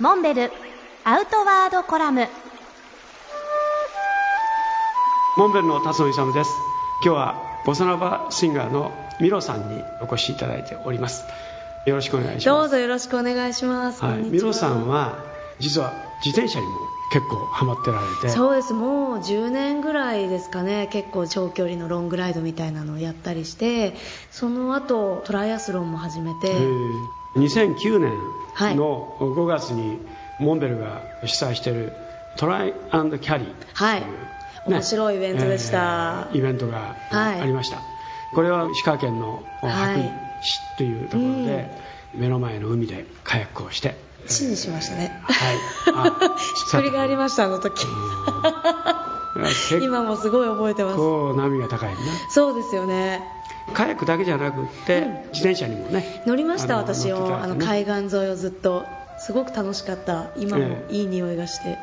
モンベルアウトワードコラムモンベルの辰野勇です今日はボサノバシンガーのミロさんにお越しいただいておりますよろしくお願いしどまうすぞよろしくお願いします。はこい、んにちミロさんは実は自転車にも結構ハマってられてそうですもう10年ぐらいですかね結構長距離のロングライドみたいなのをやったりしてその後トライアスロンも始めてえー2009年の5月にモンベルが主催しているトライアンドキャリーはいね面白いイベントでしたえーイベントがはいありました、これは石川県のはい白衣市というところで、目の前の海でカヤックをして死にしましたね はいひっくり返りまししたあの時うんいや結 構今もすごい覚えてますこう波が高いなそうですよねカヤックだけじゃなくって、自転車にもね乗りましたあの私乗ってをたあわのけね海岸沿いをずっとすごく楽しかった今もええいい匂いがして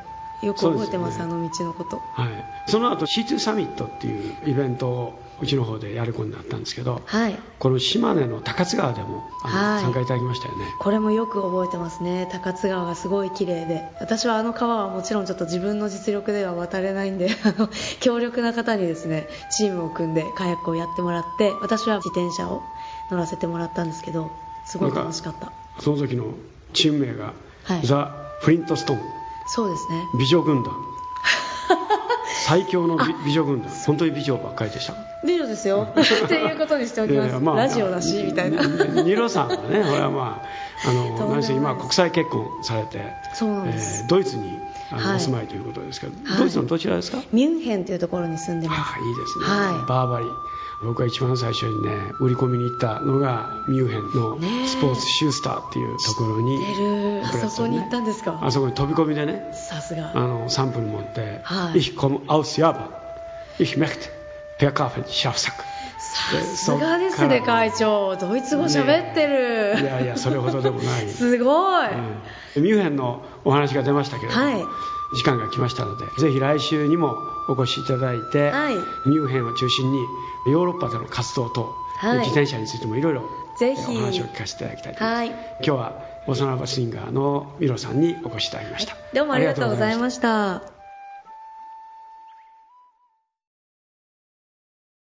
よくそう覚ですよねえてますあの道のことはい、その後 C2 サミットっていうイベントをうちの方でやることになったんですけどはいこの島根の高津川でもあのはい参加いただきましたよねこれもよく覚えてますね高津川がすごい綺麗で私はあの川はもちろんちょっと自分の実力では渡れないんで あの強力な方にですねチームを組んでカヤックをやってもらって私は自転車を乗らせてもらったんですけどすごい楽しかったその時のチーム名が、はいザ・フリントストーンそうですね 美女軍団最強の美美女軍団本当に美女ばっかりでした美女ですよっていうことにしておきます、いやいやラジオだしみたいなニロさん はねほらまああとんでもなのい何せ今国際結婚されてそうなんですえードイツにあのはいお住まいということですけど、はいドイツのどちらですか、ミュンヘンというところに住んでますああいいですね、はいバーバリー僕が一番最初にね売り込みに行ったのがミュンヘンのねえスポーツシュースターっていうところに、知ってるあそこに行ったんですかあそこに飛び込みでねさすあがのサンプル持ってはい Ich komme aus Japan Ich möchte per Kaffee Schafsack さすがですでねそっから会長ドイツ語喋ってる、いやいやそれほどでもないすごい、うんミュンヘンのお話が出ましたけれども、はい時間が来ましたのでぜひ来週にもお越しいただいて、はいミュンヘンを中心にヨーロッパでの活動と、はい自転車についてもいろいろぜひお話を聞かせていただきたいと思います、はい今日は幼なばシンガーのミロさんにお越しいただきましたどうもありがとうございました。